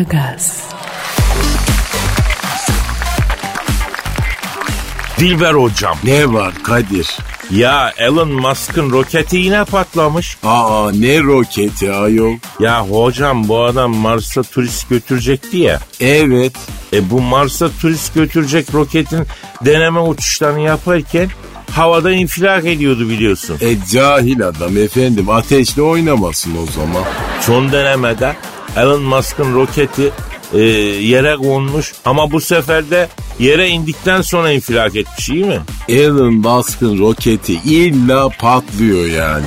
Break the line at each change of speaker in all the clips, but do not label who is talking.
Aragaz,
Dilber hocam.
Ne var Kadir?
Ya Elon Musk'ın roketi yine patlamış.
Aa ne roketi ayol?
Ya hocam bu adam Mars'a turist götürecekti ya.
Evet.
E bu Mars'a turist götürecek roketin deneme uçuşlarını yaparken havada infilak ediyordu biliyorsun.
E cahil adam efendim ateşle oynamasın o zaman.
E, Son denemede Elon Musk'ın roketi e, yere konmuş ama bu sefer de yere indikten sonra infilak etmiş iyi mi?
Elon Musk'ın roketi illa patlıyor yani.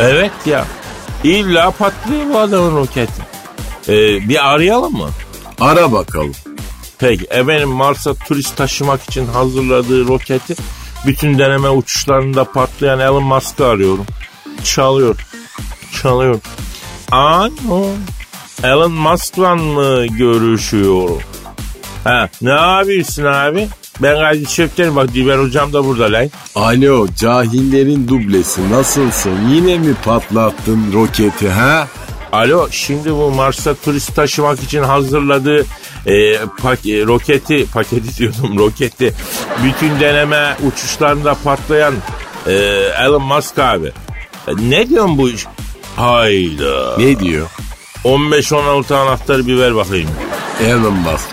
Evet ya. İlla patlıyor bu adamın roketi. E, bir arayalım mı?
Ara bakalım.
Peki efendim Mars'a turist taşımak için hazırladığı roketi bütün deneme uçuşlarında patlayan Elon Musk'ı arıyorum. Çalıyor. Çalıyor. Alo. Elon Musk'la mı görüşüyorum? Ha, ne yapıyorsun abi? Ben Kadir Çöpten bak Dilber hocam da burada lan.
Alo cahillerin dublesi nasılsın? Yine mi patlattın roketi ha?
Alo şimdi bu Mars'a turist taşımak için hazırladığı e, pak- e, roketi, paketi diyordum roketi. Bütün deneme uçuşlarında patlayan e, Elon Musk abi. E, ne diyorsun bu iş? Hayda.
Ne diyor?
15-16 anahtarı bir ver bakayım.
Elon Musk.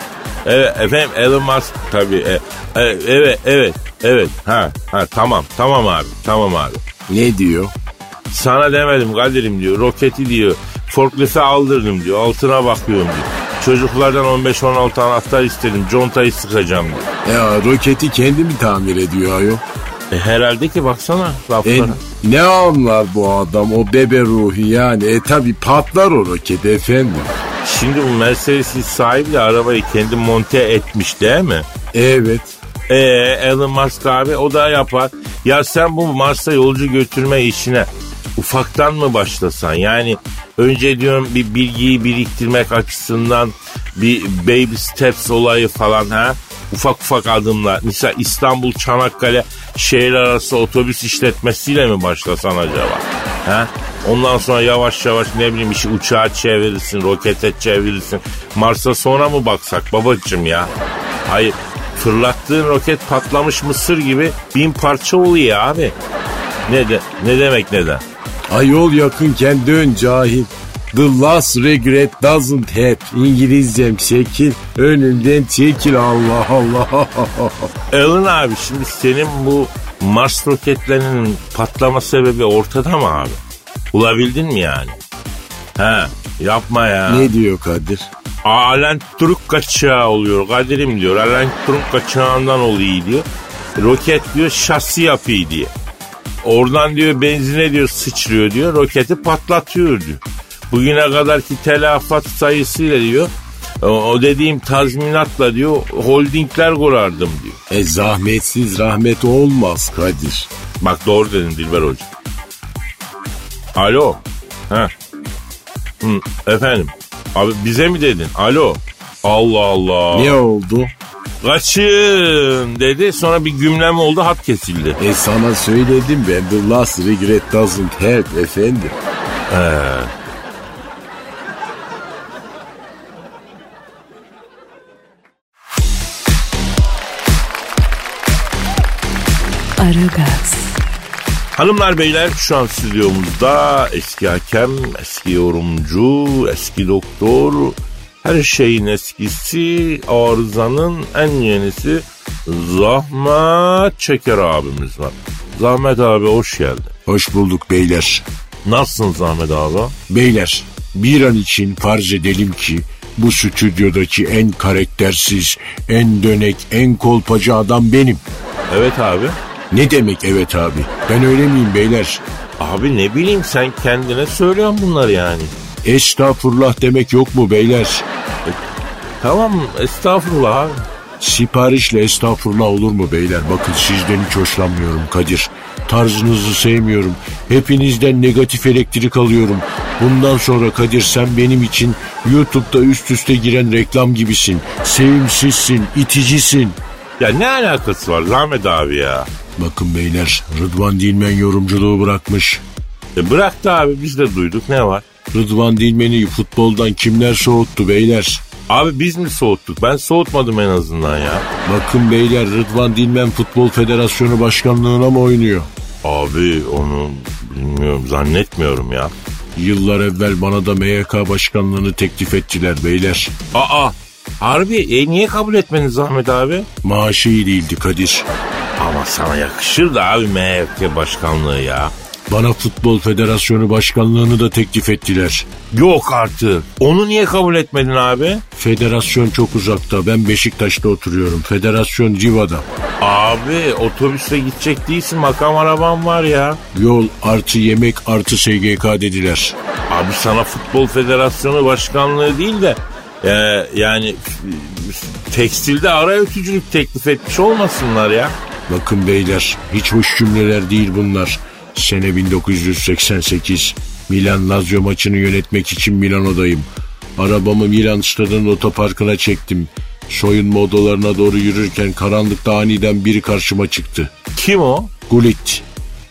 Evet efendim Elon Musk tabii. E, e, evet evet evet ha ha tamam tamam abi tamam abi.
Ne diyor?
Sana demedim Kadir'im diyor. Roketi diyor. Forklift'e aldırdım diyor. Altına bakıyorum diyor. Çocuklardan 15-16 anahtar istedim. Contayı sıkacağım diyor.
Ya roketi kendi mi tamir ediyor ayol?
E, herhalde ki baksana
E,
laflara.
ne anlar bu adam o bebe ruhu yani? E tabi patlar o roket efendim.
Şimdi bu Mercedes'in sahibi de arabayı kendi monte etmiş değil mi?
Evet.
E, Elon Musk abi o da yapar. Ya sen bu Mars'a yolcu götürme işine ufaktan mı başlasan? Yani önce diyorum bir bilgiyi biriktirmek açısından bir baby steps olayı falan ha. Ufak ufak adımlar. Mesela İstanbul Çanakkale şehir arası otobüs işletmesiyle mi başlasan acaba? Ha? Ondan sonra yavaş yavaş ne bileyim işi uçağa çevirirsin, rokete çevirirsin. Mars'a sonra mı baksak babacım ya? Hayır, Fırlattığın roket patlamış mısır gibi bin parça oluyor abi. Ne de ne demek neden?
Ayol yakınken dön cahil. The last regret doesn't hap. İngilizcem şekil. Önümden çekil Allah Allah.
Elin abi şimdi senin bu Mars roketlerinin patlama sebebi ortada mı abi? Bulabildin mi yani? He yapma ya.
ne diyor Kadir?
Alen Turk kaçağı oluyor Kadir'im diyor. Alen Turk kaçağından oluyor diyor. Roket diyor şasi yapıyor diye. Oradan diyor benzine diyor sıçrıyor diyor. Roketi patlatıyor diyor. Bugüne kadarki telaffat sayısıyla diyor. O- O dediğim tazminatla diyor holdingler kurardım diyor.
E zahmetsiz rahmet olmaz Kadir.
Bak doğru dedin Dilber Hoca. Alo. Ha. Hı, efendim. Abi bize mi dedin? Alo. Allah Allah.
Ne oldu?
Kaçın dedi. Sonra bir gümlem oldu hat kesildi.
E sana söyledim ben the last regret doesn't help efendim.
Aragaz,
Hanımlar beyler şu an stüdyomuzda eski hakem, eski yorumcu, eski doktor, her şeyin eskisi, arızanın en yenisi Zahmet Çeker abimiz var. Zahmet abi hoş geldin.
Hoş bulduk beyler.
Nasılsın Zahmet abi?
Beyler bir an için farz edelim ki bu stüdyodaki en karaktersiz, en dönek, en kolpacı adam benim.
Evet abi.
Ne demek evet abi? Ben öyle miyim beyler?
Abi ne bileyim sen kendine söylüyorsun bunları yani.
Estağfurullah demek yok mu beyler?
Tamam estağfurullah abi.
Siparişle estağfurullah olur mu beyler? Bakın sizden hiç hoşlanmıyorum Kadir. Tarzınızı sevmiyorum. Hepinizden negatif elektrik alıyorum. Bundan sonra Kadir sen benim için YouTube'da üst üste giren reklam gibisin. Sevimsizsin, iticisin.
Ya ne alakası var Zahmet abi ya?
Bakın beyler Rıdvan Dilmen yorumculuğu bırakmış.
E bıraktı abi biz de duyduk ne var?
Rıdvan Dilmen'i futboldan kimler soğuttu beyler?
Abi biz mi soğuttuk? Ben soğutmadım en azından ya.
Bakın beyler Rıdvan Dilmen Futbol Federasyonu Başkanlığı'na mı oynuyor?
Abi onu bilmiyorum zannetmiyorum ya.
Yıllar evvel bana da MYK başkanlığını teklif ettiler beyler.
Aa harbi e niye kabul etmeniz Zahmet abi?
Maaşı iyi değildi Kadir.
Ama sana yakışır da abi MHK başkanlığı ya.
Bana Futbol Federasyonu Başkanlığını da teklif ettiler.
Yok artık. Onu niye kabul etmedin abi?
Federasyon çok uzakta. Ben Beşiktaş'ta oturuyorum. Federasyon Civa'da.
Abi otobüsle gidecek değilsin makam araban var ya.
Yol artı yemek artı SGK dediler.
Abi sana futbol federasyonu başkanlığı değil de e, yani tekstilde ara ötücülük teklif etmiş olmasınlar ya.
Bakın beyler hiç hoş cümleler değil bunlar. Sene 1988 Milan Lazio maçını yönetmek için Milano'dayım. Arabamı Milan stadının otoparkına çektim. Soyunma odalarına doğru yürürken karanlıkta aniden biri karşıma çıktı.
Kim o?
Gullit.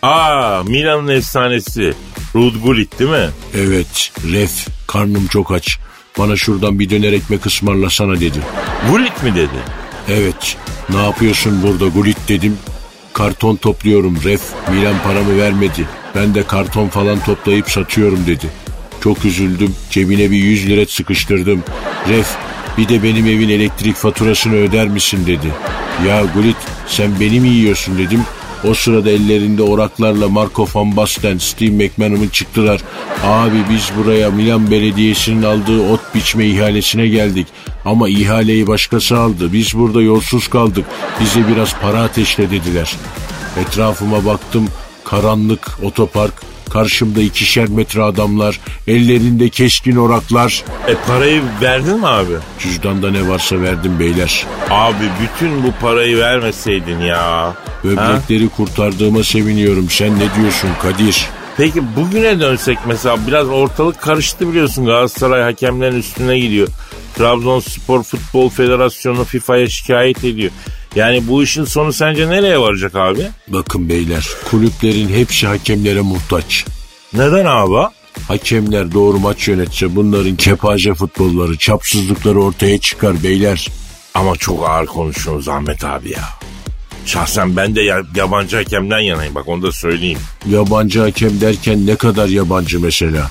Aa Milan'ın efsanesi. Rud Gullit değil mi?
Evet ref karnım çok aç. Bana şuradan bir döner ekmek ısmarlasana dedi.
Gullit mi dedi?
Evet ne yapıyorsun burada Gullit dedim. Karton topluyorum ref Milan paramı vermedi. Ben de karton falan toplayıp satıyorum dedi. Çok üzüldüm cebine bir 100 lira sıkıştırdım. Ref bir de benim evin elektrik faturasını öder misin dedi. Ya Gullit sen beni mi yiyorsun dedim. O sırada ellerinde oraklarla Marco van Basten, Steve McManam'ın çıktılar. Abi biz buraya Milan Belediyesi'nin aldığı ot biçme ihalesine geldik. Ama ihaleyi başkası aldı. Biz burada yolsuz kaldık. Bize biraz para ateşle dediler. Etrafıma baktım. Karanlık, otopark, karşımda ikişer metre adamlar, ellerinde keskin oraklar.
E parayı verdin mi abi?
Cüzdanda ne varsa verdim beyler.
Abi bütün bu parayı vermeseydin ya.
Böbrekleri kurtardığıma seviniyorum. Sen ne diyorsun Kadir?
Peki bugüne dönsek mesela biraz ortalık karıştı biliyorsun Galatasaray hakemlerin üstüne gidiyor. Trabzonspor Futbol Federasyonu FIFA'ya şikayet ediyor. Yani bu işin sonu sence nereye varacak abi?
Bakın beyler, kulüplerin hepsi hakemlere muhtaç.
Neden abi?
Hakemler doğru maç yönetse bunların kepaze futbolları, çapsızlıkları ortaya çıkar beyler.
Ama çok ağır konuşuyorsun Ahmet abi ya. Şahsen ben de ya- yabancı hakemden yanayım bak onu da söyleyeyim.
Yabancı hakem derken ne kadar yabancı mesela?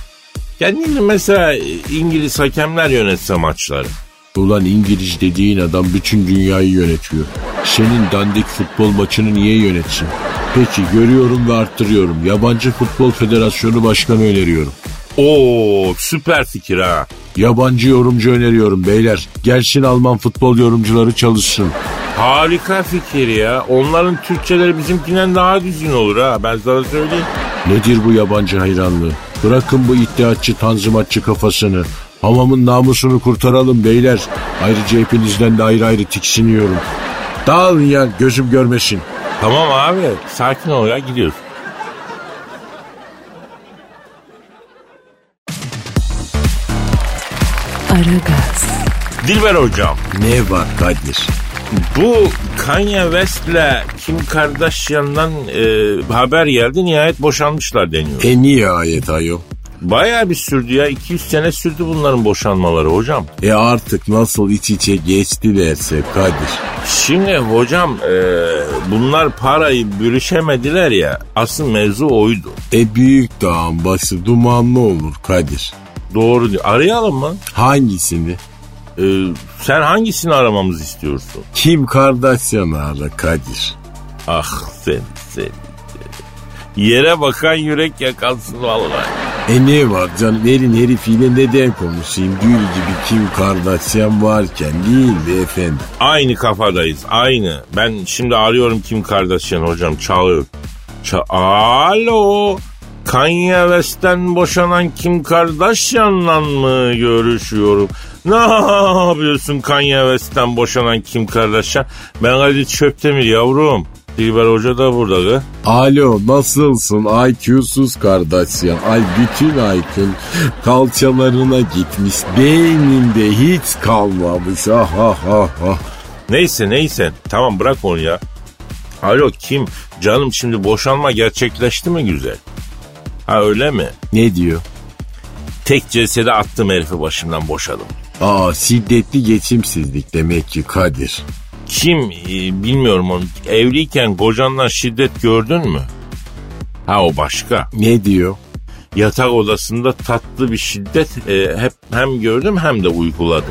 Yani mesela İngiliz hakemler yönetse maçları.
Ulan İngiliz dediğin adam bütün dünyayı yönetiyor. Senin dandik futbol maçını niye yönetsin? Peki görüyorum ve arttırıyorum. Yabancı Futbol Federasyonu Başkanı öneriyorum.
Oo süper fikir ha.
Yabancı yorumcu öneriyorum beyler. Gelsin Alman futbol yorumcuları çalışsın.
Harika fikir ya. Onların Türkçeleri bizimkinden daha düzgün olur ha. Ben sana söyleyeyim.
Nedir bu yabancı hayranlığı? Bırakın bu iddiatçı tanzimatçı kafasını. Hamamın namusunu kurtaralım beyler. Ayrıca hepinizden de ayrı ayrı tiksiniyorum. Dağılın ya gözüm görmesin.
Tamam abi sakin ol ya gidiyoruz.
Aragaz,
Dilber hocam
Ne var Kadir?
bu Kanye West'le Kim Kardashian'dan e, haber geldi nihayet boşanmışlar deniyor.
E niye ayet ayol?
Bayağı bir sürdü ya 200 sene sürdü bunların boşanmaları hocam.
E artık nasıl iç içe geçti derse Kadir.
Şimdi hocam e, bunlar parayı bölüşemediler ya asıl mevzu oydu.
E büyük dağın başı dumanlı olur Kadir.
Doğru diyor. Arayalım mı?
Hangisini?
E, sen hangisini aramamızı istiyorsun?
Kim Kardashian'ı ara Kadir?
Ah sen sen. Yere bakan yürek yakansın vallahi.
E ne var canım elin herifiyle neden konuşayım? Gül gibi Kim Kardashian varken değil de efendim.
Aynı kafadayız aynı. Ben şimdi arıyorum Kim Kardashian hocam çalıyor. Ça- Alo. Kanye West'ten boşanan Kim Kardashian'la mı görüşüyorum? Ne yapıyorsun Kanye West'ten boşanan Kim Kardashian? Ben Kadir Çöptemir yavrum. Dilber Hoca da burada. gı.
Alo nasılsın IQ'suz Kardashian? Ay bütün IQ'un kalçalarına gitmiş. Beyninde hiç kalmamış. Ah ah ah ah.
Neyse neyse tamam bırak onu ya. Alo Kim canım şimdi boşanma gerçekleşti mi güzel? Ha öyle mi?
Ne diyor?
Tek cesede attım herifi başımdan boşadım.
Aa şiddetli geçimsizlik demek ki Kadir.
Kim e, bilmiyorum onu. Evliyken kocandan şiddet gördün mü? Ha o başka.
Ne diyor?
Yatak odasında tatlı bir şiddet e, hep hem gördüm hem de uyguladım.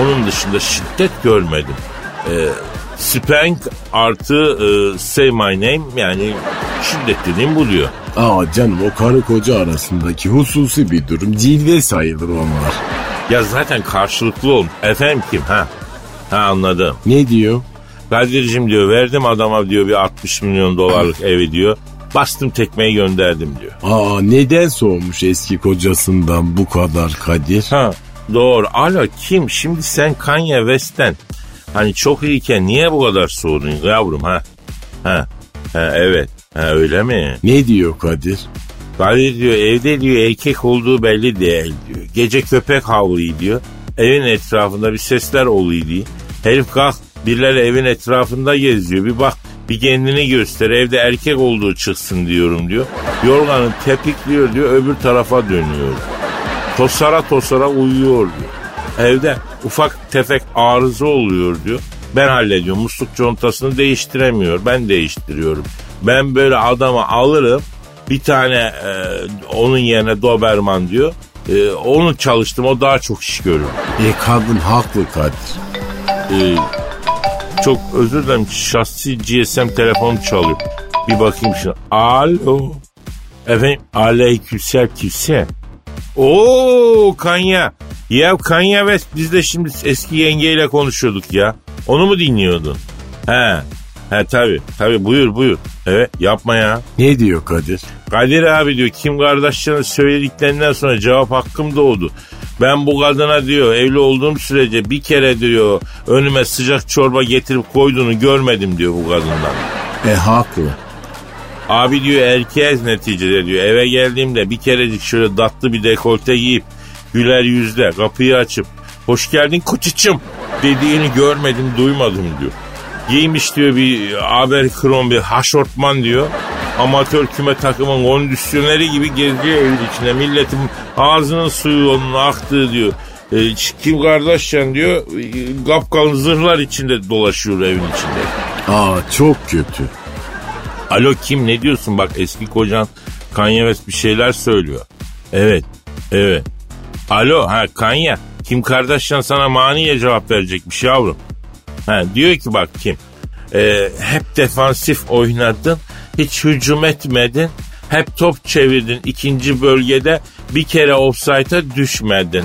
Onun dışında şiddet görmedim. E, spank artı e, say my name yani şiddet dediğim bu diyor.
Aa canım o karı koca arasındaki hususi bir durum. Cilve sayılır onlar.
Ya zaten karşılıklı olun. Efendim kim ha? Ha anladım.
Ne diyor?
Kadir'cim diyor verdim adama diyor bir 60 milyon dolarlık evi diyor. Bastım tekmeyi gönderdim diyor.
Aa neden soğumuş eski kocasından bu kadar Kadir?
Ha doğru. Alo kim? Şimdi sen Kanye West'ten hani çok iyiyken niye bu kadar soğudun yavrum ha? Ha, ha evet. Ha öyle mi?
Ne diyor Kadir?
Kadir diyor evde diyor erkek olduğu belli değil diyor. Gece köpek havlıyor diyor. Evin etrafında bir sesler oluyor diyor. Herif kalk birileri evin etrafında geziyor. Bir bak bir kendini göster evde erkek olduğu çıksın diyorum diyor. Yorganı tepikliyor diyor öbür tarafa dönüyor. Tosara tosara uyuyor diyor. Evde ufak tefek arıza oluyor diyor. Ben hallediyorum. Musluk contasını değiştiremiyor. Ben değiştiriyorum. Ben böyle adamı alırım. Bir tane e, onun yerine Doberman diyor. E, onu çalıştım. O daha çok iş görür.
E kadın haklı Kadir.
E, çok özür dilerim. Şahsi GSM telefonu çalıyor. Bir bakayım şuna. Alo. Efendim aleykümselam kimse. Oo Kanya. Ya Kanya West biz de şimdi eski yengeyle konuşuyorduk ya. Onu mu dinliyordun? He. He tabi tabi buyur buyur. Evet yapma ya.
Ne diyor Kadir?
Kadir abi diyor Kim Kardashian'ın söylediklerinden sonra cevap hakkım doğdu. Ben bu kadına diyor evli olduğum sürece bir kere diyor önüme sıcak çorba getirip koyduğunu görmedim diyor bu kadından.
E haklı.
Abi diyor erkeğiz neticede diyor. Eve geldiğimde bir kerecik şöyle tatlı bir dekolte giyip güler yüzle kapıyı açıp hoş geldin koçiçim dediğini görmedim duymadım diyor. Giymiş diyor bir Abercrombie haşortman diyor. Amatör küme takımın kondisyoneri gibi geziyor evin içinde. Milletin ağzının suyu onun aktığı diyor. E, Kim Kardashian diyor e, kapkalın zırhlar içinde dolaşıyor evin içinde.
Aa çok kötü.
Alo kim ne diyorsun bak eski kocan Kanye West bir şeyler söylüyor. Evet evet. Alo ha Kanye Kim Kardashian sana maniye cevap verecekmiş yavrum. Ha, diyor ki bak kim e, hep defansif oynadın hiç hücum etmedin hep top çevirdin ikinci bölgede bir kere offside'a düşmedin.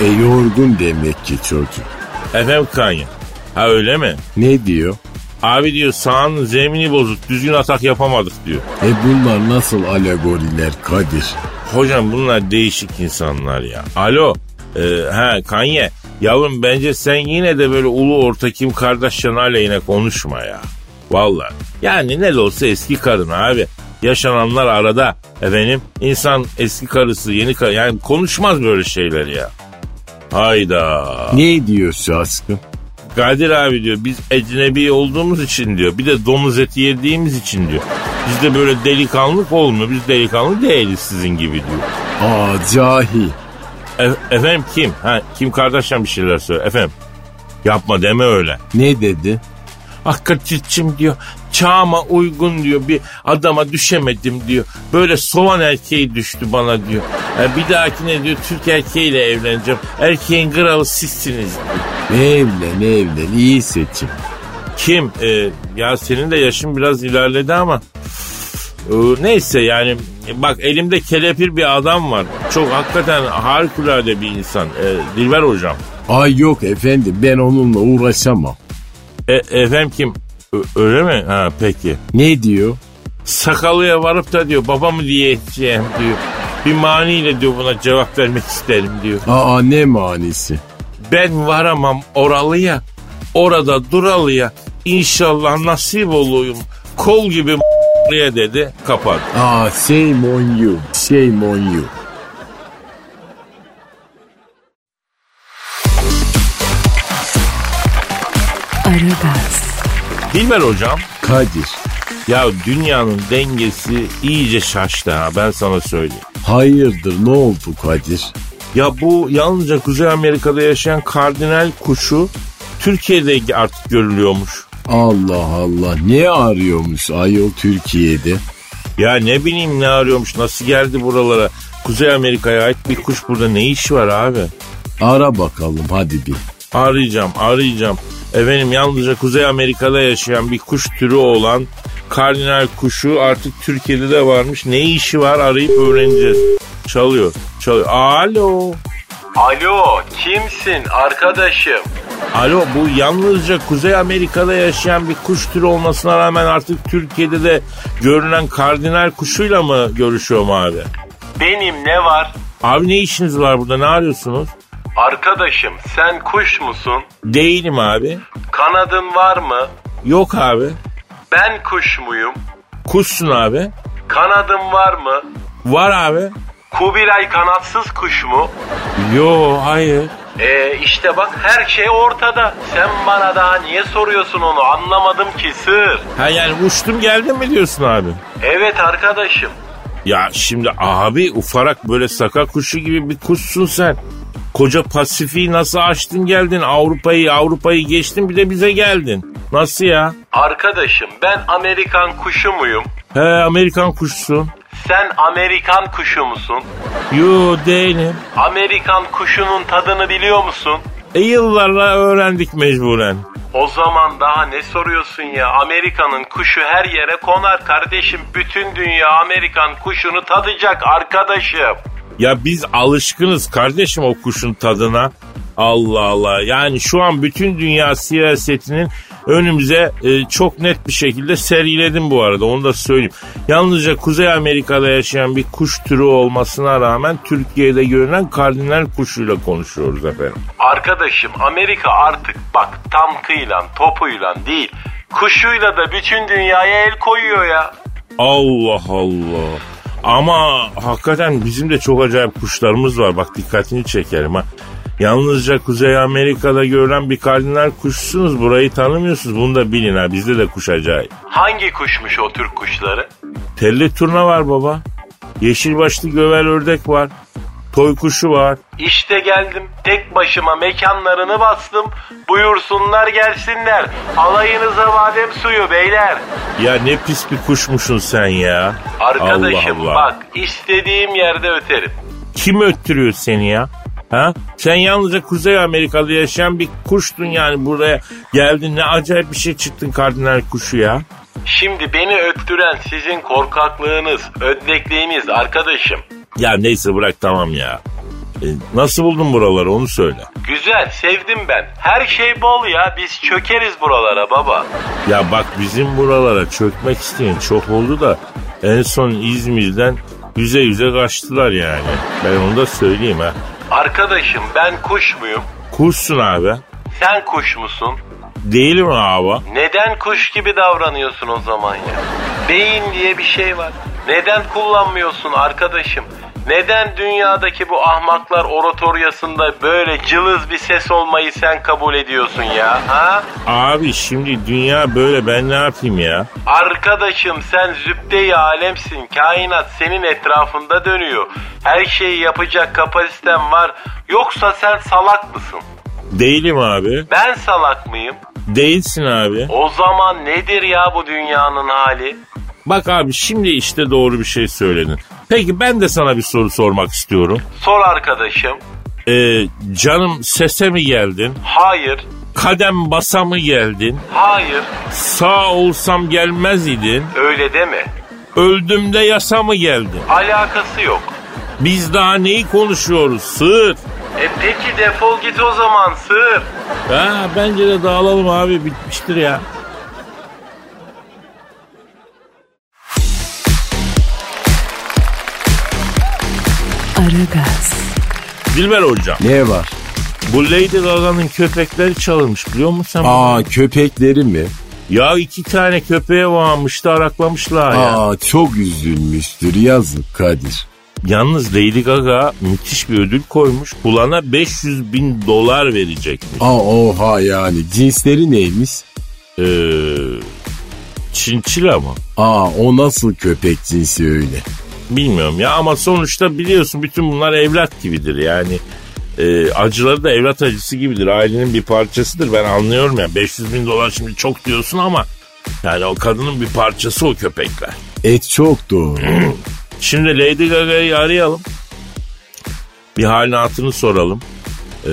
E yorgun demek ki çocuk.
Efendim Kanye ha öyle mi?
Ne diyor?
Abi diyor sahanın zemini bozuk düzgün atak yapamadık diyor.
E bunlar nasıl alegoriler Kadir?
Hocam bunlar değişik insanlar ya. Alo. Ee, ha Kanye. Yavrum bence sen yine de böyle ulu orta Kim Kardashian aleyhine konuşma ya. Valla. Yani ne de olsa eski kadın abi. Yaşananlar arada. Efendim insan eski karısı yeni karı. Yani konuşmaz böyle şeyler ya. Hayda.
Ne diyor şaşkın?
Kadir abi diyor biz ecnebi olduğumuz için diyor. Bir de domuz eti yediğimiz için diyor. Bizde böyle delikanlık olmuyor. Biz delikanlı değiliz sizin gibi diyor.
Aa cahil.
E- efendim kim? Ha, kim kardeşim bir şeyler söyle. Efendim yapma deme öyle.
Ne dedi?
Hakikatçim diyor. Çağıma uygun diyor. Bir adama düşemedim diyor. Böyle soğan erkeği düştü bana diyor. E, bir dahakine diyor Türk erkeğiyle evleneceğim. Erkeğin kralı sizsiniz
Evlen evlen iyi seçim.
Kim? Ee, ya senin de yaşın biraz ilerledi ama. Ee, neyse yani bak elimde kelepir bir adam var. Çok hakikaten harikulade bir insan. Ee, Dilber hocam.
Ay yok efendim ben onunla uğraşamam.
E, efendim kim? Ö- öyle mi? Ha peki.
Ne diyor?
Sakalıya varıp da diyor baba mı diyeceğim diyor. Bir maniyle diyor buna cevap vermek isterim diyor.
Aa ne manisi?
Ben varamam oralıya, orada duralıya. İnşallah nasip olayım. Kol gibi m***lıya dedi. Kapat.
Aa shame on you, shame on you.
Aragaz,
Dilber hocam.
Kadir.
Ya dünyanın dengesi iyice şaştı ha ben sana söyleyeyim.
Hayırdır ne oldu Kadir?
Ya bu yalnızca Kuzey Amerika'da yaşayan kardinal kuşu Türkiye'de artık görülüyormuş.
Allah Allah ne arıyormuş ayol Türkiye'de?
Ya ne bileyim ne arıyormuş nasıl geldi buralara. Kuzey Amerika'ya ait bir kuş burada ne işi var abi?
Ara bakalım hadi bir.
Arayacağım arayacağım. Efendim yalnızca Kuzey Amerika'da yaşayan bir kuş türü olan kardinal kuşu artık Türkiye'de de varmış. Ne işi var arayıp öğreneceğiz. Çalıyor çalıyor. Alo.
Alo kimsin arkadaşım?
Alo bu yalnızca Kuzey Amerika'da yaşayan bir kuş türü olmasına rağmen artık Türkiye'de de görünen kardinal kuşuyla mı görüşüyorum abi?
Benim ne var?
Abi ne işiniz var burada ne arıyorsunuz?
Arkadaşım sen kuş musun?
Değilim abi.
Kanadın var mı?
Yok abi.
Ben kuş muyum?
Kuşsun abi.
Kanadın var mı?
Var abi.
Kubilay kanatsız kuş mu?
Yo hayır.
Ee işte bak her şey ortada. Sen bana daha niye soruyorsun onu anlamadım ki sır.
Ha yani uçtum geldim mi diyorsun abi?
Evet arkadaşım.
Ya şimdi abi ufarak böyle saka kuşu gibi bir kuşsun sen. Koca Pasifik'i nasıl açtın geldin Avrupa'yı Avrupa'yı geçtin bir de bize geldin. Nasıl ya?
Arkadaşım ben Amerikan kuşu muyum?
He Amerikan kuşsun.
Sen Amerikan kuşu musun?
Yo değilim.
Amerikan kuşunun tadını biliyor musun?
E, yıllarla öğrendik mecburen.
O zaman daha ne soruyorsun ya? Amerika'nın kuşu her yere konar kardeşim. Bütün dünya Amerikan kuşunu tadacak arkadaşım.
Ya biz alışkınız kardeşim o kuşun tadına. Allah Allah. Yani şu an bütün dünya siyasetinin önümüze e, çok net bir şekilde seriledim bu arada. Onu da söyleyeyim. Yalnızca Kuzey Amerika'da yaşayan bir kuş türü olmasına rağmen Türkiye'de görünen kardinal kuşuyla konuşuyoruz efendim.
Arkadaşım Amerika artık bak tankıyla topuyla değil kuşuyla da bütün dünyaya el koyuyor ya.
Allah Allah. Ama hakikaten bizim de çok acayip kuşlarımız var. Bak dikkatini çekerim ha. Yalnızca Kuzey Amerika'da görülen bir kardinal kuşsunuz. Burayı tanımıyorsunuz. Bunu da bilin ha. Bizde de kuş acayip.
Hangi kuşmuş o Türk kuşları?
Telli turna var baba. Yeşil başlı gövel ördek var. Toy kuşu var.
İşte geldim tek başıma mekanlarını bastım. Buyursunlar gelsinler. Alayınıza badem suyu beyler.
Ya ne pis bir kuşmuşsun sen ya.
Arkadaşım
Allah Allah.
bak istediğim yerde öterim.
Kim öttürüyor seni ya? Ha? Sen yalnızca Kuzey Amerika'da yaşayan bir kuştun yani buraya geldin ne acayip bir şey çıktın kardinal kuşu ya.
Şimdi beni öttüren sizin korkaklığınız, ödlekliğiniz arkadaşım.
Ya neyse bırak tamam ya. E, nasıl buldun buraları onu söyle.
Güzel sevdim ben. Her şey bol ya biz çökeriz buralara baba.
Ya bak bizim buralara çökmek isteyen çok oldu da en son İzmir'den yüze yüze kaçtılar yani. Ben onu da söyleyeyim ha.
Arkadaşım ben kuş muyum?
Kuşsun abi.
Sen kuş musun?
Değilim abi.
Neden kuş gibi davranıyorsun o zaman ya? Beyin diye bir şey var. Neden kullanmıyorsun arkadaşım? Neden dünyadaki bu ahmaklar oratoryasında böyle cılız bir ses olmayı sen kabul ediyorsun ya? Ha?
Abi şimdi dünya böyle ben ne yapayım ya?
Arkadaşım sen zübde-i alemsin. Kainat senin etrafında dönüyor. Her şeyi yapacak kapasiten var. Yoksa sen salak mısın?
Değilim abi.
Ben salak mıyım?
Değilsin abi.
O zaman nedir ya bu dünyanın hali?
Bak abi şimdi işte doğru bir şey söyledin. Peki ben de sana bir soru sormak istiyorum.
Sor arkadaşım.
Ee, canım sese mi geldin?
Hayır,
Kadem basa mı geldin?
hayır.
Sağ olsam gelmez idin.
Öyle deme.
Öldümde yasa mı geldin?
Alakası yok.
Biz daha neyi konuşuyoruz? Sır.
E peki defol git o zaman sır.
Ha, bence de dağılalım abi bitmiştir ya.
Aragaz,
Dilber hocam.
Ne var?
Bu Lady Gaga'nın köpekleri çalınmış biliyor musun sen?
Aa köpekleri mi?
Ya iki tane köpeğe varmıştı araklamışlar ya.
Aa çok üzülmüştür yazık Kadir.
Yalnız Lady Gaga müthiş bir ödül koymuş. Bulana 500 bin dolar verecekmiş.
Aa oha yani cinsleri neymiş?
Ee, çinçila mı?
Aa o nasıl köpek cinsi öyle?
Bilmiyorum ya ama sonuçta biliyorsun bütün bunlar evlat gibidir yani. E, acıları da evlat acısı gibidir. Ailenin bir parçasıdır ben anlıyorum ya. 500 bin dolar şimdi çok diyorsun ama yani o kadının bir parçası o köpekler.
Et E, çok doğru.
Şimdi Lady Gaga'yı arayalım. Bir halini hatırını soralım. Ee,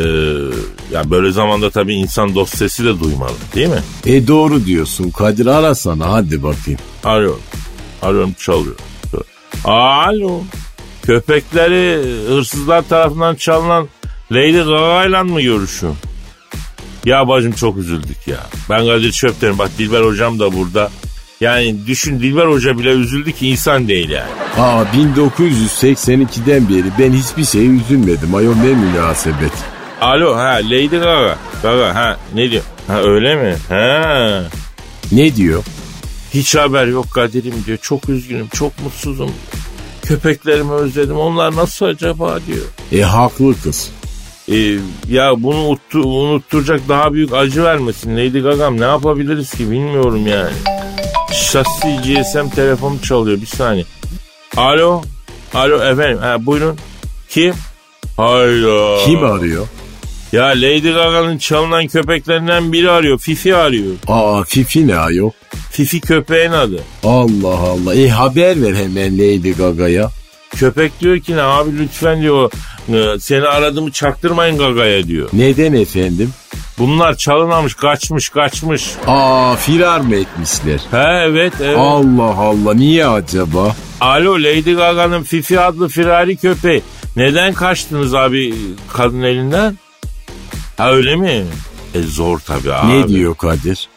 ya böyle zamanda tabii insan dost sesi de duymalı değil mi?
e doğru diyorsun Kadir arasana hadi bakayım.
Arıyorum. Arıyorum çalıyor. Alo. Köpekleri hırsızlar tarafından çalınan Lady Gaga'yla mı görüşüyor? Ya bacım çok üzüldük ya. Ben Kadir Çöpten bak Dilber hocam da burada. Yani düşün Dilber hoca bile üzüldü ki insan değil yani.
Aa 1982'den beri ben hiçbir şeye üzülmedim ayol ne münasebet.
Alo ha Lady Gaga. Gaga ha ne diyor? Ha öyle mi? Ha.
Ne diyor?
Hiç haber yok Kadir'im diyor. Çok üzgünüm, çok mutsuzum. Köpeklerimi özledim. Onlar nasıl acaba diyor.
E haklı kız.
Ee, ya bunu uttu- unutturacak daha büyük acı vermesin Lady Gaga'm. Ne yapabiliriz ki bilmiyorum yani. Şahsi GSM telefonum çalıyor bir saniye. Alo. Alo efendim. Ha, buyurun. Kim? Hayda.
Kim arıyor?
Ya Lady Gaga'nın çalınan köpeklerinden biri arıyor. Fifi arıyor.
Aa Fifi ne ayol?
Fifi köpeğin adı.
Allah Allah. E haber ver hemen Lady Gaga'ya.
Köpek diyor ki ne abi lütfen diyor e, seni aradığımı çaktırmayın Gaga'ya diyor.
Neden efendim?
Bunlar çalınamış kaçmış kaçmış.
Aa firar mı etmişler?
He evet evet.
Allah Allah niye acaba?
Alo Lady Gaga'nın Fifi adlı firari köpeği. Neden kaçtınız abi kadın elinden? Ha öyle mi? E zor tabii abi.
Ne diyor Kadir?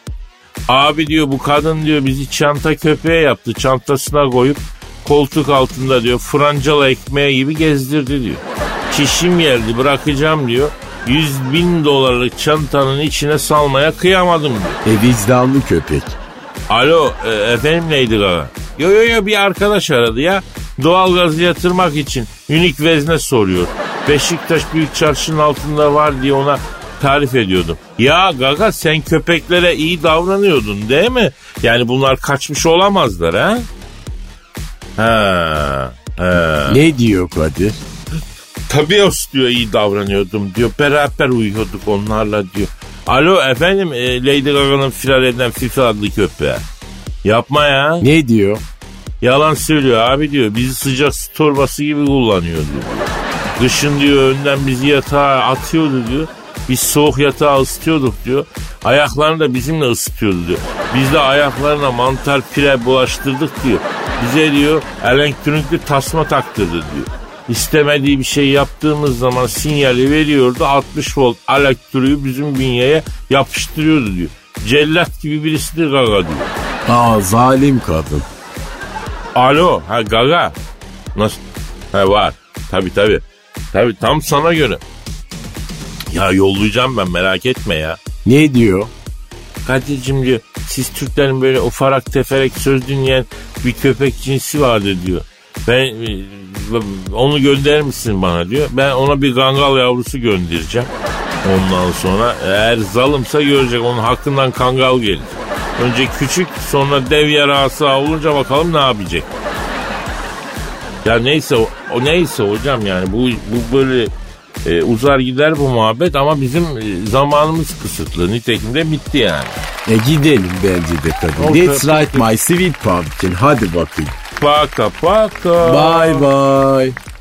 Abi diyor bu kadın diyor bizi çanta köpeğe yaptı. Çantasına koyup koltuk altında diyor francalı ekmeği gibi gezdirdi diyor. Çişim geldi bırakacağım diyor. 100 bin dolarlık çantanın içine salmaya kıyamadım diyor.
E vicdanlı köpek.
Alo e, efendim Lady Gaga. Yo yo yo bir arkadaş aradı ya. Doğalgazı yatırmak için Ünik Vezne soruyor. Beşiktaş Büyük Çarşı'nın altında var diye ona tarif ediyordum. Ya Gaga sen köpeklere iyi davranıyordun değil mi? Yani bunlar kaçmış olamazlar ha? Ha. ha.
Ne diyor Kadir?
Tabios diyor iyi davranıyordum diyor. Beraber uyuyorduk onlarla diyor. Alo efendim e, Lady Gaga'nın firar eden Fifi adlı köpeğe. Yapma ya.
Ne diyor?
Yalan söylüyor abi diyor. Bizi sıcak su torbası gibi kullanıyor diyor. Kışın diyor önden bizi yatağa atıyordu diyor. Biz soğuk yatağı ısıtıyorduk diyor. Ayaklarını da bizimle ısıtıyordu diyor. Biz de ayaklarına mantar pire bulaştırdık diyor. Bize diyor elektronikli tasma taktırdı diyor. İstemediği bir şey yaptığımız zaman sinyali veriyordu. 60 volt elektriği bizim bünyeye yapıştırıyordu diyor. Cellat gibi birisidir gaga diyor.
Aa zalim kadın.
Alo, ha gaga. Nasıl? Ha var. Tabi tabi. Tabi tam sana göre. Ya yollayacağım ben merak etme ya.
Ne diyor?
Kadir'cim diyor siz Türklerin böyle ufarak teferek söz dinleyen bir köpek cinsi vardı diyor. Ben e, onu gönderir misin bana diyor. Ben ona bir kangal yavrusu göndereceğim. Ondan sonra eğer zalımsa görecek onun hakkından kangal gelir. Önce küçük sonra dev yarası olunca bakalım ne yapacak. Ya neyse o, o neyse hocam yani bu bu böyle e, uzar gider bu muhabbet ama bizim e, zamanımız kısıtlı. Nitekim de bitti yani.
E gidelim bence de Kadir.
Okey.
That's right my sweet pumpkin. Hadi bakayım.
Paka paka.
Bye bye.